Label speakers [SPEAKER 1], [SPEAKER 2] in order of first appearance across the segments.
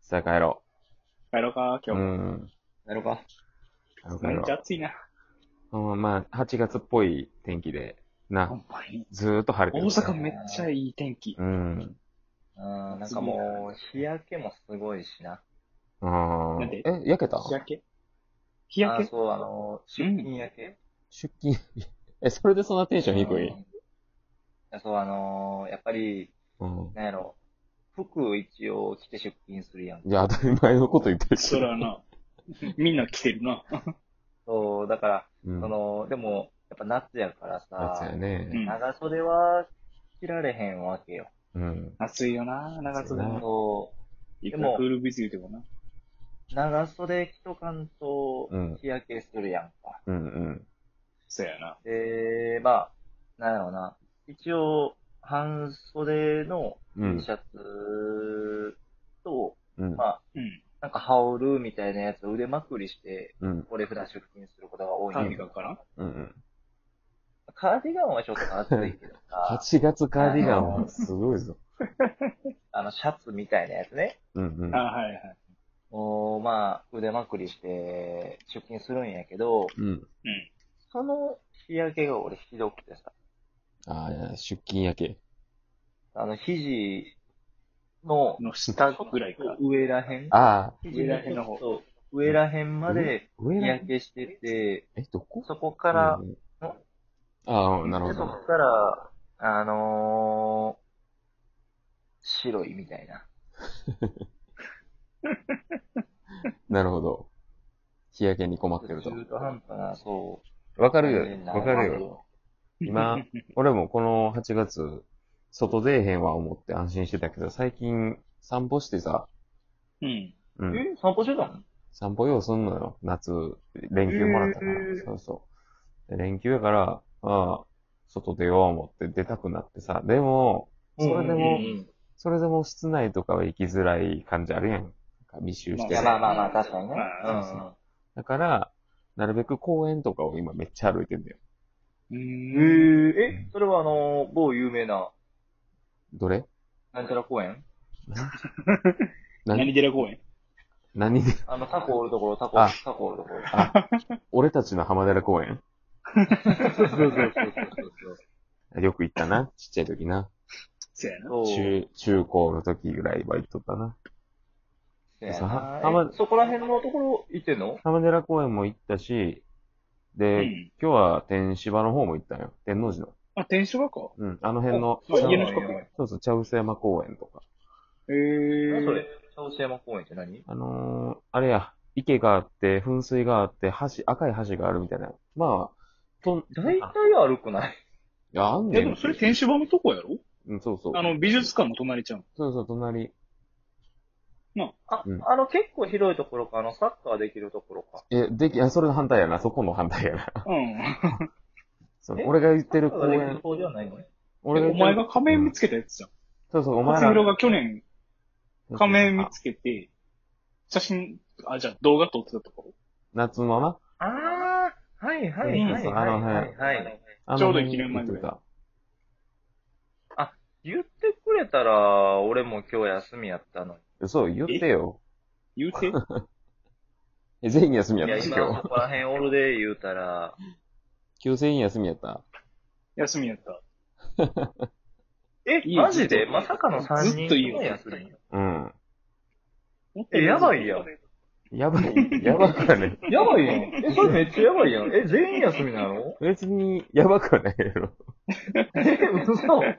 [SPEAKER 1] さあ帰ろ
[SPEAKER 2] 帰ろうか、
[SPEAKER 1] う。
[SPEAKER 2] 今
[SPEAKER 1] う
[SPEAKER 2] 日も。
[SPEAKER 1] ん。
[SPEAKER 3] やろうか。
[SPEAKER 1] 帰ろう帰
[SPEAKER 2] め
[SPEAKER 1] ろ
[SPEAKER 2] っちゃ暑いな。
[SPEAKER 1] う。うん、まあ、8月っぽい天気で、
[SPEAKER 2] ほ
[SPEAKER 1] な、
[SPEAKER 2] んまに。
[SPEAKER 1] ずーっと晴れて
[SPEAKER 2] 大
[SPEAKER 1] る。
[SPEAKER 2] 阪めっちゃいい天気。
[SPEAKER 1] うん。
[SPEAKER 3] うん、なんかもう、日焼けもすごいしな。
[SPEAKER 1] あ
[SPEAKER 2] なんで
[SPEAKER 1] ーえ、焼けた
[SPEAKER 2] 日焼け日焼
[SPEAKER 3] あ
[SPEAKER 2] け
[SPEAKER 3] そう、あの、出勤焼け、
[SPEAKER 1] 出勤。 え、それでそんなテンション低い
[SPEAKER 3] うんいやそう、あのーやっぱり、
[SPEAKER 1] うん。
[SPEAKER 3] なんやろ、服一応着て出勤するやん。
[SPEAKER 1] いや、当たり前のこと言ってるけ
[SPEAKER 2] そ
[SPEAKER 1] ど
[SPEAKER 2] らな。 みんな来てるな。
[SPEAKER 3] そう、だから、
[SPEAKER 1] うん。
[SPEAKER 3] その、でも、やっぱ夏やから
[SPEAKER 1] やつや
[SPEAKER 3] さ、
[SPEAKER 2] う
[SPEAKER 1] ね。
[SPEAKER 2] ん
[SPEAKER 3] 長袖は着られへんわけよ。
[SPEAKER 1] うん。
[SPEAKER 2] 暑いよな、長袖
[SPEAKER 1] うん
[SPEAKER 2] も。
[SPEAKER 3] そ
[SPEAKER 2] いく
[SPEAKER 3] で
[SPEAKER 2] ら
[SPEAKER 3] も
[SPEAKER 2] クールビズ言うてもな。
[SPEAKER 3] う、長袖着とかんと
[SPEAKER 1] うん、
[SPEAKER 3] 日焼けするやんか。
[SPEAKER 1] うんうん。
[SPEAKER 2] そうやな。
[SPEAKER 3] で、まあ、なんやろな、一応、半袖の
[SPEAKER 1] う
[SPEAKER 3] T
[SPEAKER 1] ん
[SPEAKER 3] シ。ャツと、
[SPEAKER 1] うん
[SPEAKER 3] まあ、
[SPEAKER 2] うん。
[SPEAKER 3] なんか羽織るみたいなやつを腕まくりして、
[SPEAKER 1] うん。
[SPEAKER 3] これ普段出勤することが多い
[SPEAKER 2] カ
[SPEAKER 3] ん
[SPEAKER 2] ー
[SPEAKER 3] だ
[SPEAKER 2] ディ
[SPEAKER 3] け
[SPEAKER 2] ガ
[SPEAKER 3] ど
[SPEAKER 2] ンかな
[SPEAKER 1] うんうん。
[SPEAKER 3] カーディガンはちょっと暑いけどさ、
[SPEAKER 1] 8月カーディガンはすごいぞ。
[SPEAKER 3] あの、シャツみたいなやつね。
[SPEAKER 1] うんうん。
[SPEAKER 2] あ、はいはい。
[SPEAKER 3] もう、まあ、腕まくりして出勤するんやけど、
[SPEAKER 1] うん。
[SPEAKER 2] うん。
[SPEAKER 3] その日焼けが俺ひどくてさ、
[SPEAKER 1] ああ、出勤やけ。
[SPEAKER 3] あの、肘の
[SPEAKER 2] の下ぐらいか。
[SPEAKER 3] 上らへん
[SPEAKER 1] ああ、
[SPEAKER 2] 上らへんの方
[SPEAKER 3] そう上らへんまで
[SPEAKER 1] 上
[SPEAKER 3] 日
[SPEAKER 1] らへ
[SPEAKER 3] 焼
[SPEAKER 1] ん
[SPEAKER 3] けしてて、
[SPEAKER 1] え、どこ
[SPEAKER 3] そこから
[SPEAKER 1] うんうん
[SPEAKER 3] ん
[SPEAKER 1] ああ、なるほ
[SPEAKER 3] で、そ
[SPEAKER 1] ど。
[SPEAKER 3] っから、あのー、白いみたいな。
[SPEAKER 1] なるほど。日焼けに困ってる
[SPEAKER 3] 中
[SPEAKER 1] と。
[SPEAKER 3] 途半端な、そう。
[SPEAKER 1] わか
[SPEAKER 3] わ
[SPEAKER 1] るよ。わかるよ。。 今、俺もこの8月、外出えへんわ思って安心してたけど、最近散歩してさ、
[SPEAKER 2] うん。
[SPEAKER 1] うん。
[SPEAKER 3] え散歩してたの
[SPEAKER 1] 散歩ようすんのよ。夏、連休もらったから。
[SPEAKER 3] へー
[SPEAKER 1] そうそう。で連休やから、ああ、外出よう思って出たくなってさ。でも、それでも、
[SPEAKER 3] うんうんうん
[SPEAKER 1] それでも室内とかは行きづらい感じあるやん。なんか密集し
[SPEAKER 3] い
[SPEAKER 1] て
[SPEAKER 3] や、
[SPEAKER 1] る。
[SPEAKER 3] まあまあまあ、確かにね。
[SPEAKER 2] まあそう
[SPEAKER 1] だから、なるべく公園とかを今めっちゃ歩いてんだよ。
[SPEAKER 2] う。
[SPEAKER 3] うんんうん。え、それはあのー、某有名な、
[SPEAKER 1] どれ
[SPEAKER 3] なんちゃら公園
[SPEAKER 1] 何
[SPEAKER 2] 何寺公園
[SPEAKER 1] 何で
[SPEAKER 3] あの、タコおるところ、タコ、
[SPEAKER 1] あ
[SPEAKER 3] タコおるところ。
[SPEAKER 1] あ、俺たちの浜寺公園
[SPEAKER 3] そうそうそうそう。
[SPEAKER 1] よく行ったな。ちっちゃい時な。
[SPEAKER 2] そうやな。
[SPEAKER 3] そう
[SPEAKER 1] 中、中高の時ぐらいは行っとったな。
[SPEAKER 3] そうや
[SPEAKER 1] そう
[SPEAKER 3] な
[SPEAKER 1] はま
[SPEAKER 3] えそこら辺のところ行ってんの
[SPEAKER 1] 浜寺公園も行ったし、で、
[SPEAKER 2] うん
[SPEAKER 1] 今日は天芝の方も行ったよ。天王寺の。
[SPEAKER 2] あ、転職学校
[SPEAKER 1] うん、あの辺の、
[SPEAKER 2] そう
[SPEAKER 1] ちゃう
[SPEAKER 2] 家の近く
[SPEAKER 3] え
[SPEAKER 1] そうそう、茶臼山公園とか。
[SPEAKER 2] え
[SPEAKER 3] そ
[SPEAKER 2] ー
[SPEAKER 3] れ。、茶臼山公園って何
[SPEAKER 1] あのー、あれや、池があって、噴水があって、橋、赤い橋があるみたいな。まあ、とん、
[SPEAKER 3] 大
[SPEAKER 1] い
[SPEAKER 3] 体歩くない
[SPEAKER 1] や、あん
[SPEAKER 2] え、
[SPEAKER 1] ね
[SPEAKER 2] で
[SPEAKER 1] ん
[SPEAKER 2] も。それ転職場のとこやろ
[SPEAKER 1] うん、そうそう。
[SPEAKER 2] あの、美術館の隣ちゃう
[SPEAKER 1] そうそう、隣。
[SPEAKER 3] あ、
[SPEAKER 1] うん
[SPEAKER 3] あの結構広いところか、あのサッカーできるところか。
[SPEAKER 1] え、でき、あ、それの反対やな。そこの反対やな。
[SPEAKER 2] うん。
[SPEAKER 1] そう
[SPEAKER 3] え
[SPEAKER 1] 俺が言ってる
[SPEAKER 3] サ
[SPEAKER 1] 公
[SPEAKER 3] ッカーできる
[SPEAKER 1] 園
[SPEAKER 3] と。ころではないのね。
[SPEAKER 1] 俺
[SPEAKER 2] お
[SPEAKER 1] 言
[SPEAKER 2] 前
[SPEAKER 1] って
[SPEAKER 2] が
[SPEAKER 1] る
[SPEAKER 2] 仮面見つけたやつじゃん。
[SPEAKER 1] そうそう、お前
[SPEAKER 2] 勝
[SPEAKER 1] ら
[SPEAKER 2] 弘が去年仮面見つけて、写真、あ、じゃあ動画撮ってたとこ
[SPEAKER 1] 夏のな。
[SPEAKER 3] あー、はいはい
[SPEAKER 2] うん
[SPEAKER 3] はい
[SPEAKER 1] そう
[SPEAKER 3] はい
[SPEAKER 1] あの辺
[SPEAKER 3] はいはい。
[SPEAKER 1] あの
[SPEAKER 2] ちょうど一年前ぐら
[SPEAKER 1] 言
[SPEAKER 2] い
[SPEAKER 1] ってた
[SPEAKER 3] 言ってくれたら、俺も今日休みやったのに。
[SPEAKER 1] 嘘、言ってよ。
[SPEAKER 2] 言う て、
[SPEAKER 1] え、全員休みや
[SPEAKER 3] い
[SPEAKER 1] っ
[SPEAKER 3] や、
[SPEAKER 1] たし
[SPEAKER 3] 今
[SPEAKER 1] 今日。
[SPEAKER 3] そこら辺おるで言うたら、
[SPEAKER 1] 今日全員休みやった。
[SPEAKER 2] 休みやった。
[SPEAKER 3] え、
[SPEAKER 2] いいよ
[SPEAKER 3] マジで
[SPEAKER 2] ずっと
[SPEAKER 3] まさかの3人
[SPEAKER 2] ずっといいよ
[SPEAKER 3] も休み
[SPEAKER 1] うん。
[SPEAKER 3] え、やばいやん。
[SPEAKER 1] やば い、やばくはない。
[SPEAKER 3] やばいやん。え、それめっちゃやばいやん。え、全員休みなの
[SPEAKER 1] 別に、やばくはないやろ。
[SPEAKER 3] え、嘘。え、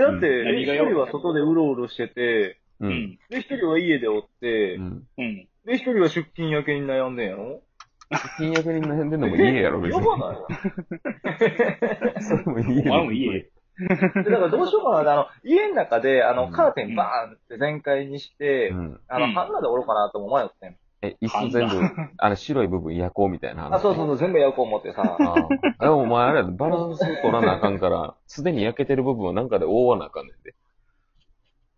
[SPEAKER 3] だって、
[SPEAKER 2] 何が
[SPEAKER 3] 一
[SPEAKER 2] やばい
[SPEAKER 3] 人は外でうろうろしてて、
[SPEAKER 1] う。
[SPEAKER 2] うんん。
[SPEAKER 3] で、一人は家でおって、
[SPEAKER 1] うん。
[SPEAKER 2] うん。
[SPEAKER 3] で、一人は出勤やけに悩んでんやろ
[SPEAKER 1] 金額に悩んでんのも家やろ、別に
[SPEAKER 3] や。ばないわ。
[SPEAKER 1] それも家
[SPEAKER 2] お前も家や。
[SPEAKER 3] でだからどうしようかなって。あの、家の中で、あ
[SPEAKER 1] う
[SPEAKER 3] の、
[SPEAKER 1] ん
[SPEAKER 3] カーテンバーンって全開にして、
[SPEAKER 1] うん。
[SPEAKER 3] あ
[SPEAKER 2] う
[SPEAKER 3] の、
[SPEAKER 2] ん
[SPEAKER 3] ハンガーでおろうかなとも迷ってん。
[SPEAKER 1] え、椅子全部、あの、白い部分焼こうみたいな話。
[SPEAKER 3] あ、そうそうそう、全部やろうと思ってさ。
[SPEAKER 1] ああ。でもお前あれやろバランス取らなあかんから、すでに焼けてる部分をなんかで覆わなあかんねんで。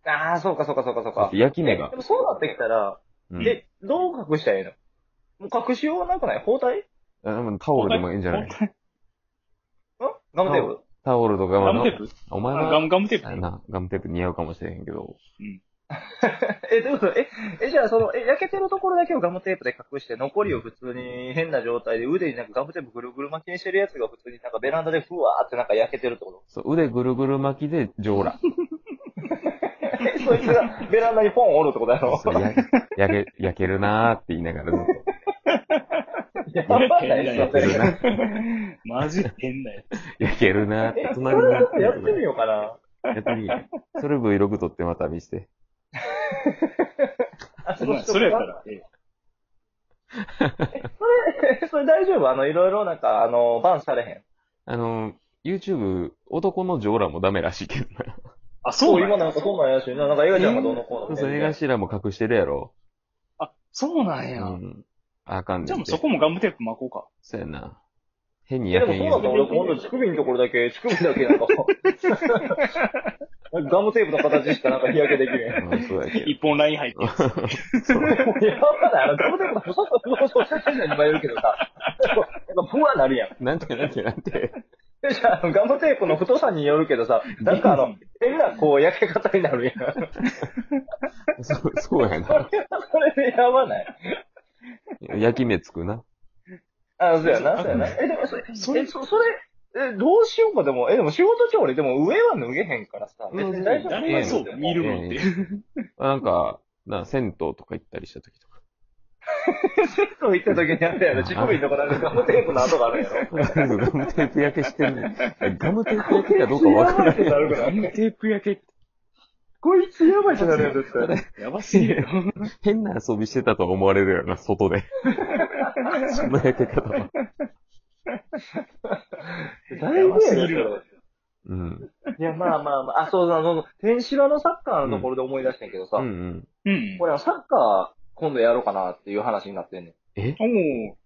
[SPEAKER 3] ああ、そうかそうかそうかそうか。
[SPEAKER 1] 焼き目が
[SPEAKER 3] で。もそうなってきたら、
[SPEAKER 1] うん、
[SPEAKER 3] え、どう隠したらいいのもう隠しようなくない包帯ん
[SPEAKER 1] あでもタオルでもいいんじゃない
[SPEAKER 3] ガムテープ
[SPEAKER 1] タオルとか
[SPEAKER 2] ガ
[SPEAKER 1] は
[SPEAKER 2] ムテープ
[SPEAKER 1] お前
[SPEAKER 2] あガ
[SPEAKER 1] は、
[SPEAKER 2] ムガムテー
[SPEAKER 1] あ
[SPEAKER 2] プ
[SPEAKER 1] れな、ガムテープ似合うかもしれへんけど。
[SPEAKER 3] え、どういうことえ、え、じゃあその、え、焼けてるところだけをガムテープで隠して、残りを普通に変な状態で腕になんかガムテープぐるぐる巻きにしてるやつが普通になんかベランダでふわーってなんか焼けてるってこと
[SPEAKER 1] そう、腕ぐるぐる巻きで上裸。
[SPEAKER 3] え、そいつがベランダにポンおるってことやろ
[SPEAKER 1] そうや焼け、焼けるなーって言いながらずっと。
[SPEAKER 3] やばない
[SPEAKER 2] や
[SPEAKER 3] そ
[SPEAKER 1] 焼ける
[SPEAKER 3] れ。
[SPEAKER 1] な、
[SPEAKER 2] マジ変なやつ。
[SPEAKER 1] 焼けるなーっ
[SPEAKER 3] え
[SPEAKER 1] て、、
[SPEAKER 3] それなんかや
[SPEAKER 1] や
[SPEAKER 3] ってみようかな。
[SPEAKER 1] ってみようそれ Vlog 撮ってまた見して。
[SPEAKER 3] あ、
[SPEAKER 2] まあそれやった
[SPEAKER 3] ら。
[SPEAKER 2] ら、ええ
[SPEAKER 3] え それ大丈夫あの、いろいろなんか、あの、バンされへん。
[SPEAKER 1] あの、YouTube、男の上裸もダメらしいけどな。
[SPEAKER 2] あ、そうな
[SPEAKER 3] 今
[SPEAKER 2] んや。
[SPEAKER 3] なんかそんなんやし、なんか映画ちゃんがどうのこうの
[SPEAKER 1] そう
[SPEAKER 3] み
[SPEAKER 1] そ
[SPEAKER 3] た
[SPEAKER 1] う、
[SPEAKER 3] い
[SPEAKER 1] 映
[SPEAKER 3] な
[SPEAKER 1] 画。しらも隠してるやろ。
[SPEAKER 2] あ、そうなん
[SPEAKER 1] う
[SPEAKER 2] や。
[SPEAKER 1] ん。あかんねんて
[SPEAKER 2] じゃあもうそこもガムテープ巻こうか。
[SPEAKER 1] そうやな。変に
[SPEAKER 3] いやで
[SPEAKER 1] 焼
[SPEAKER 3] も
[SPEAKER 1] け
[SPEAKER 3] そ
[SPEAKER 1] ん
[SPEAKER 3] う
[SPEAKER 1] よ
[SPEAKER 3] だ
[SPEAKER 1] う
[SPEAKER 3] と
[SPEAKER 1] に。
[SPEAKER 3] 俺今度乳首のところだけ、乳首だけなんか、ガムテープの形しかなんか日焼けできるやん。
[SPEAKER 1] うん、そうやけ
[SPEAKER 2] 一本ライン入って。
[SPEAKER 3] やばない、あのガムテープの細々細々してるのに言えるけどさ、なんかブワなるやん。
[SPEAKER 1] ど。 なんて、なんて、なんて。
[SPEAKER 3] でじゃああの、ガムテープの太さによるけどさ、なんかあ の、変なこう焼け方になるやん。
[SPEAKER 1] そう、そうや
[SPEAKER 3] それ
[SPEAKER 1] な。
[SPEAKER 3] それでやばない。
[SPEAKER 1] 焼き目つくな。
[SPEAKER 3] あ、そうやな、そうやな。え、でもそれ、
[SPEAKER 2] そ
[SPEAKER 3] そ
[SPEAKER 2] れ
[SPEAKER 3] れ、え、そそれ、え、どうしようか、でも、え、でも仕事中俺、でも上は脱げへんからさ、別に大丈夫
[SPEAKER 2] 誰がそう見るのって。
[SPEAKER 1] なんか、な、銭湯とか行ったりした時とか。
[SPEAKER 3] セット行った時にあったやろ、乳首のとこなんかガムテープの跡があるやろ。
[SPEAKER 1] ガムテープ焼けしてるね。 ガムテープ焼けかどうかわから ない。
[SPEAKER 3] やばいってな
[SPEAKER 2] ガ
[SPEAKER 3] るか
[SPEAKER 2] ム
[SPEAKER 3] ら。
[SPEAKER 2] テープ焼けって
[SPEAKER 3] こいつやばいってなるやろ、絶対。
[SPEAKER 2] やばすぎるよ。
[SPEAKER 1] 変な遊びしてたと思われるよな、外 で。そんな焼け方は。
[SPEAKER 3] だいぶや
[SPEAKER 2] やばすぎる
[SPEAKER 3] ろ。
[SPEAKER 1] うん。
[SPEAKER 3] いや、まあまあまあ、あ、そうだ、その、天白のサッカーのところで思い出したんやけどさ、
[SPEAKER 1] うんうん。
[SPEAKER 2] うん。
[SPEAKER 3] これサッカー今度やろうかなっていう話になってんねん。
[SPEAKER 1] え
[SPEAKER 2] おお。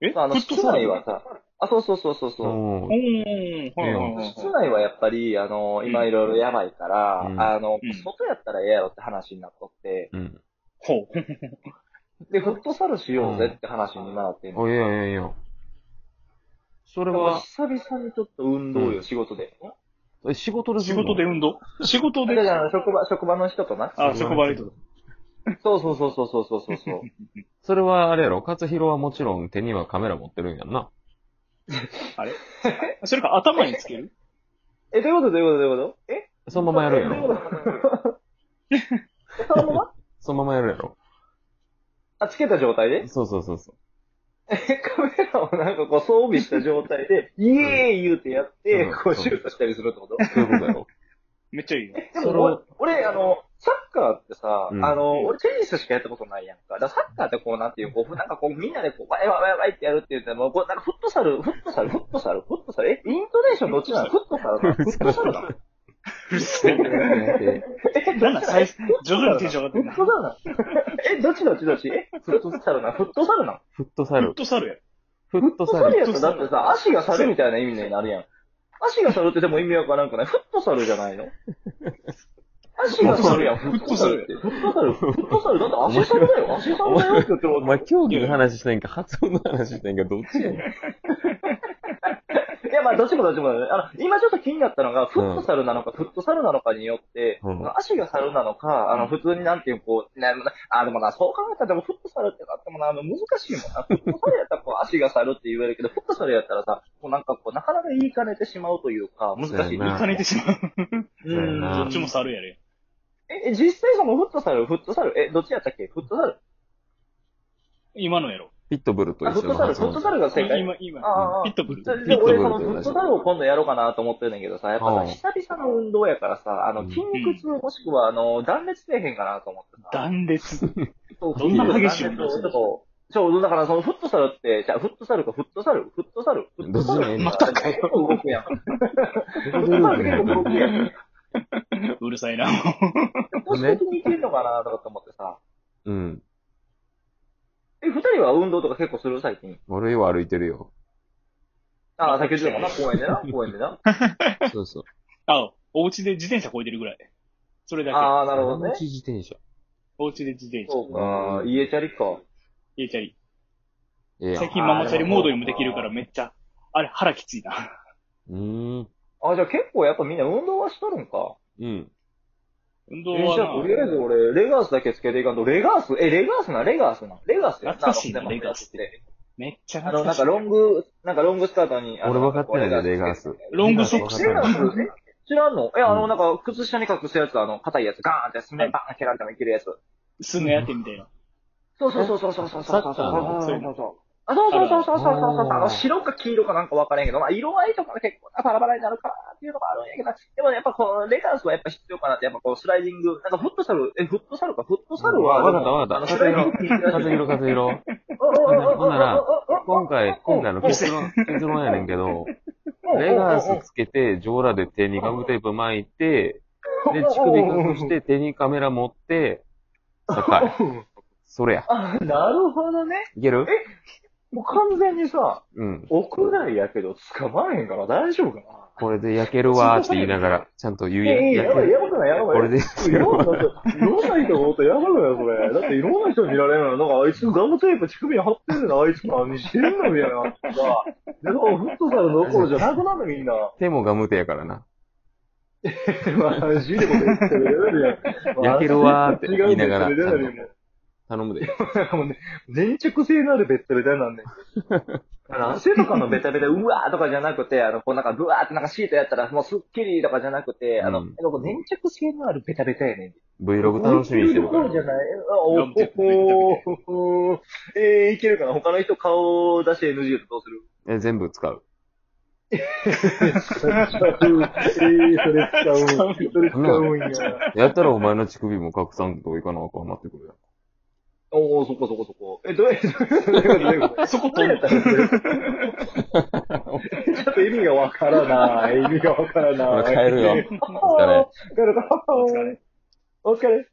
[SPEAKER 2] え
[SPEAKER 3] あの、
[SPEAKER 2] フット
[SPEAKER 3] 室
[SPEAKER 2] サル
[SPEAKER 3] 内はさ、あ、そうそうそうそうそう。
[SPEAKER 1] も
[SPEAKER 2] おお。はいはいはい。
[SPEAKER 3] 室内はやっぱり、あの、今いろいろやばいから、
[SPEAKER 1] うん
[SPEAKER 3] あの
[SPEAKER 2] うん、
[SPEAKER 3] 外やったらええやろって話になっとって、
[SPEAKER 1] う、うん。
[SPEAKER 2] ほう。
[SPEAKER 3] で、フットサルしようぜって話になってんねん
[SPEAKER 1] あ、いやいやいや。それ
[SPEAKER 3] だから
[SPEAKER 1] は、
[SPEAKER 3] 久々にちょっと運動
[SPEAKER 1] う
[SPEAKER 3] よ、仕事で。
[SPEAKER 1] え仕事です
[SPEAKER 2] 仕
[SPEAKER 1] る
[SPEAKER 2] 事で運動仕事
[SPEAKER 3] だ
[SPEAKER 2] で
[SPEAKER 3] か。ら、職場、職場の人とな。
[SPEAKER 2] あ、職場で。
[SPEAKER 3] そうそうそうそうそうそうそう。
[SPEAKER 1] それはあれやろ勝弘はもちろん手にはカメラ持ってるんやんな。
[SPEAKER 2] それか頭につける
[SPEAKER 3] え、どういうことどういうことどういうことえ
[SPEAKER 1] そのままやるんや
[SPEAKER 3] どう
[SPEAKER 1] ろ
[SPEAKER 3] いうことえそのまま
[SPEAKER 1] そのままやるやろ
[SPEAKER 3] あ、つけた状態で
[SPEAKER 1] そうそうそうそう。
[SPEAKER 3] え、カメラをなんかこう装備した状態で、イエーイ言うてやって、
[SPEAKER 1] うん
[SPEAKER 3] こうシュートしたりするってこと
[SPEAKER 1] そういうことや ろ
[SPEAKER 2] めっちゃいいよ。
[SPEAKER 3] で
[SPEAKER 1] それを
[SPEAKER 3] も俺、俺、あの、サッカーってさ、
[SPEAKER 1] うん
[SPEAKER 3] あの、俺テニスしかやったことないやんか。だからサッカーってこう、なんていう、こう、なんかこう、みんなでこう、わいわいわいわいってやるって言っても、こう、なんかフットサル、フットサル、フットサル、フットサル、え、イントネーションどっちなのフットサルなのフットサルなの
[SPEAKER 2] うるせえ。
[SPEAKER 3] え、
[SPEAKER 2] なんだ、最
[SPEAKER 3] フ
[SPEAKER 2] 初、徐々にテンション上がってん
[SPEAKER 3] ッ
[SPEAKER 2] な。
[SPEAKER 3] トサル なのえ、どっちどっちどっちえ、フットサルなのフットサルなの
[SPEAKER 1] フットサ
[SPEAKER 2] フッ
[SPEAKER 1] ル。
[SPEAKER 2] トサルや。
[SPEAKER 1] フ
[SPEAKER 3] フ
[SPEAKER 1] ッ
[SPEAKER 3] ッ
[SPEAKER 1] ト
[SPEAKER 3] トサ
[SPEAKER 1] サ
[SPEAKER 3] ル
[SPEAKER 1] ル。
[SPEAKER 3] やとだってさ、足がサルみたいな意味になるやん。足がサルってでも意味わからんくないフットサルじゃないの足がサルやん、フットサルって。フットサル、フットサルだって足サルだよ、足サルだよって言って
[SPEAKER 1] お
[SPEAKER 3] も
[SPEAKER 1] 前、競技の話してんか、発音の話してんか、どっちや ねん。
[SPEAKER 3] いや、まあ、どっちもどっちもだよね。あの、今ちょっと気になったのが、フットサルなのか、フットサルなのかによって、
[SPEAKER 1] うん
[SPEAKER 3] 足がサルなのか、あの、普通になんていう、こう、ね、あ、でもな、そう考えたら、でも、フットサルってなってもな、あの、難しいもんな。フットサルやったら、こう、 足がサルって言えるけど、フットサルやったらさ、こう、なんかこう、なかなか言いかねてしまうというか、難しい。
[SPEAKER 1] そうや
[SPEAKER 2] 行
[SPEAKER 1] な
[SPEAKER 2] かねてしまう。
[SPEAKER 3] う
[SPEAKER 1] そうやな
[SPEAKER 2] どっちもサルやれ。
[SPEAKER 3] え、え実際そのフットサル、フットサル、え、どっちやったっけフットサル。
[SPEAKER 2] 今のやろ。
[SPEAKER 1] ピットブルと
[SPEAKER 3] あ、フ
[SPEAKER 1] 一緒
[SPEAKER 3] ット
[SPEAKER 1] の
[SPEAKER 3] サル、
[SPEAKER 1] 発
[SPEAKER 3] フッ
[SPEAKER 1] 音
[SPEAKER 3] ト。サルが正解。
[SPEAKER 2] 今、今。
[SPEAKER 3] ああ、ああ
[SPEAKER 2] ピッ。トブル。
[SPEAKER 3] で俺、その
[SPEAKER 1] ピットブルって
[SPEAKER 3] フ
[SPEAKER 1] 同
[SPEAKER 3] ッ
[SPEAKER 1] じ
[SPEAKER 3] トサルを今度やろうかなと思ってるんだけどさ、やっぱ
[SPEAKER 1] うん
[SPEAKER 3] さ、久々の運動やからさ、あ
[SPEAKER 1] う
[SPEAKER 3] の、
[SPEAKER 1] ん
[SPEAKER 3] 筋肉痛もしくは、あの、断裂せえへんかなと思ってさ。
[SPEAKER 2] 断裂。
[SPEAKER 3] そう
[SPEAKER 2] どんな激しい
[SPEAKER 3] 断
[SPEAKER 2] 運動
[SPEAKER 3] 裂をちょっとそう、だからそのフットサルって、じゃあフットサルか、フットサル、フットサル、フットサ
[SPEAKER 1] どっちも
[SPEAKER 3] ル。
[SPEAKER 1] ええな
[SPEAKER 3] またかよ。動くやん。フットサル結構動くやん。
[SPEAKER 2] うるさいな、もう。
[SPEAKER 3] 腰的にいけるのかなとかって思ってさ。
[SPEAKER 1] うん。
[SPEAKER 3] え、二人は運動とか結構する最近。
[SPEAKER 1] 俺よ、歩いてるよ。
[SPEAKER 3] あ、先ほどもな、公園でな、公園でな。
[SPEAKER 1] そうそう。
[SPEAKER 2] あ、お家で自転車こいでるぐらい。それだけ。
[SPEAKER 3] あ あ、なるほどね
[SPEAKER 1] 山。口自転車。
[SPEAKER 2] お家で自転車。
[SPEAKER 3] そうか、家チャリか。
[SPEAKER 2] 家チャリ。
[SPEAKER 1] ええやん
[SPEAKER 2] 最。近ママチャリモードにもできるからめっちゃ、あれ腹きついな。
[SPEAKER 1] うーん。
[SPEAKER 3] あ、じゃあ結構やっぱみんな運動はしとるんか。
[SPEAKER 1] うん。
[SPEAKER 2] 運動
[SPEAKER 3] え
[SPEAKER 2] は
[SPEAKER 3] じゃあ、とりあえず
[SPEAKER 2] な、
[SPEAKER 3] 俺、レガースだけつけていかんと、レガースえ、レガースな、レガースな。レガースやな。
[SPEAKER 2] 懐かしいな
[SPEAKER 3] あのでも
[SPEAKER 2] レガースってめっちゃ
[SPEAKER 3] あ
[SPEAKER 2] 懐
[SPEAKER 3] の、
[SPEAKER 2] か
[SPEAKER 3] なん
[SPEAKER 2] しい
[SPEAKER 3] かロング、なんかロングスカートに。あの
[SPEAKER 1] 俺分かってないで、レガー。
[SPEAKER 3] こ
[SPEAKER 1] ス。
[SPEAKER 3] う
[SPEAKER 2] ロングソックス
[SPEAKER 3] レガース
[SPEAKER 2] う
[SPEAKER 3] え知らんのえ、あ
[SPEAKER 1] う
[SPEAKER 3] の、
[SPEAKER 1] ん
[SPEAKER 3] なんか、靴下に隠すやつ、あの、硬いやつ、ガーンってすね、バーン蹴られてもいけるやつ。
[SPEAKER 2] すんのやってみたいな。
[SPEAKER 3] そうそうそうそうそうそうそうそうそう
[SPEAKER 1] サッカー
[SPEAKER 2] の
[SPEAKER 3] そうそうそう。あ、そうそうそうそうそうそうそう
[SPEAKER 1] ある
[SPEAKER 3] あの、白か黄色かなんか分からんけど、まあ、色合いとかが結構バラバラになるからっていうのがあるんやけど、でもねやっぱこのレガースはやっぱ必要かなって、やっぱこうスライディング、なんかフットサル、え、フットサルか、フットサルは、
[SPEAKER 1] わかったわかった
[SPEAKER 3] あのスライディング禁止らしい
[SPEAKER 1] かずひろかずひろ。ほんなら今 回、今回の結論、結論やねんけど、レガースつけて、上裸で手にガムテープ巻いて、で、乳首隠して、手にカメラ持って、 高い。それや。
[SPEAKER 3] あ、なるほどね。
[SPEAKER 1] いける
[SPEAKER 3] もう完全にさ、
[SPEAKER 1] うん。
[SPEAKER 3] 屋内やけど捕まえへんから大丈夫かな。
[SPEAKER 1] これで焼けるわーって言いながら、ちゃんと言うやん。
[SPEAKER 3] ええ、や
[SPEAKER 1] 焼け
[SPEAKER 3] ばい、
[SPEAKER 1] る。
[SPEAKER 3] やばくない、やばい。
[SPEAKER 1] これで
[SPEAKER 3] い
[SPEAKER 1] 焼け
[SPEAKER 3] ろ
[SPEAKER 1] る
[SPEAKER 3] んな
[SPEAKER 1] わ。
[SPEAKER 3] 人、いろんな人がおったらやばくないそれ。だっていろんな人に見られるのよなんかあいつガムテープ乳首に貼ってるの、あいつ何してんのみたいな。さ、でもフットサルどころじゃなくなるみんな。
[SPEAKER 1] 手もガムテやからな。
[SPEAKER 3] マジでこと言ってるやん。
[SPEAKER 1] 焼けるわーって言いながら
[SPEAKER 3] 違うんだよベッドベタにも
[SPEAKER 1] 頼むで。
[SPEAKER 3] うもうね、粘着性のあるベッドベタなんで。 あの、汗とかのベタベタ、うわーとかじゃなくて、あの、こうなんか、ブワーってなんかシートやったら、もうスッキリとかじゃなくて、あの、
[SPEAKER 1] うん
[SPEAKER 3] なんか粘着性のあるベタベタやねん。
[SPEAKER 1] Vlog 楽しみにしてるか
[SPEAKER 3] そうじゃ
[SPEAKER 1] ら。
[SPEAKER 3] ないあお
[SPEAKER 2] ガムテープ
[SPEAKER 3] ほほほえー、いけるかな他の人顔出して NG だとどうする
[SPEAKER 1] え、全部使う。
[SPEAKER 3] えー、 それ使う。それ
[SPEAKER 1] 使うん
[SPEAKER 3] や。
[SPEAKER 1] やったらお前の乳首も拡散といかなあかんなってくるやん。
[SPEAKER 3] おー、そこそこそこ。え、どういう、どういうこと
[SPEAKER 2] そこ
[SPEAKER 3] ど
[SPEAKER 2] 飛
[SPEAKER 3] うい
[SPEAKER 2] ん
[SPEAKER 3] うこと ちょっと意味がわからない。意味がわから
[SPEAKER 1] ほら
[SPEAKER 3] ない。
[SPEAKER 1] 帰るよ。
[SPEAKER 3] お疲れ。お疲れ。お疲れ。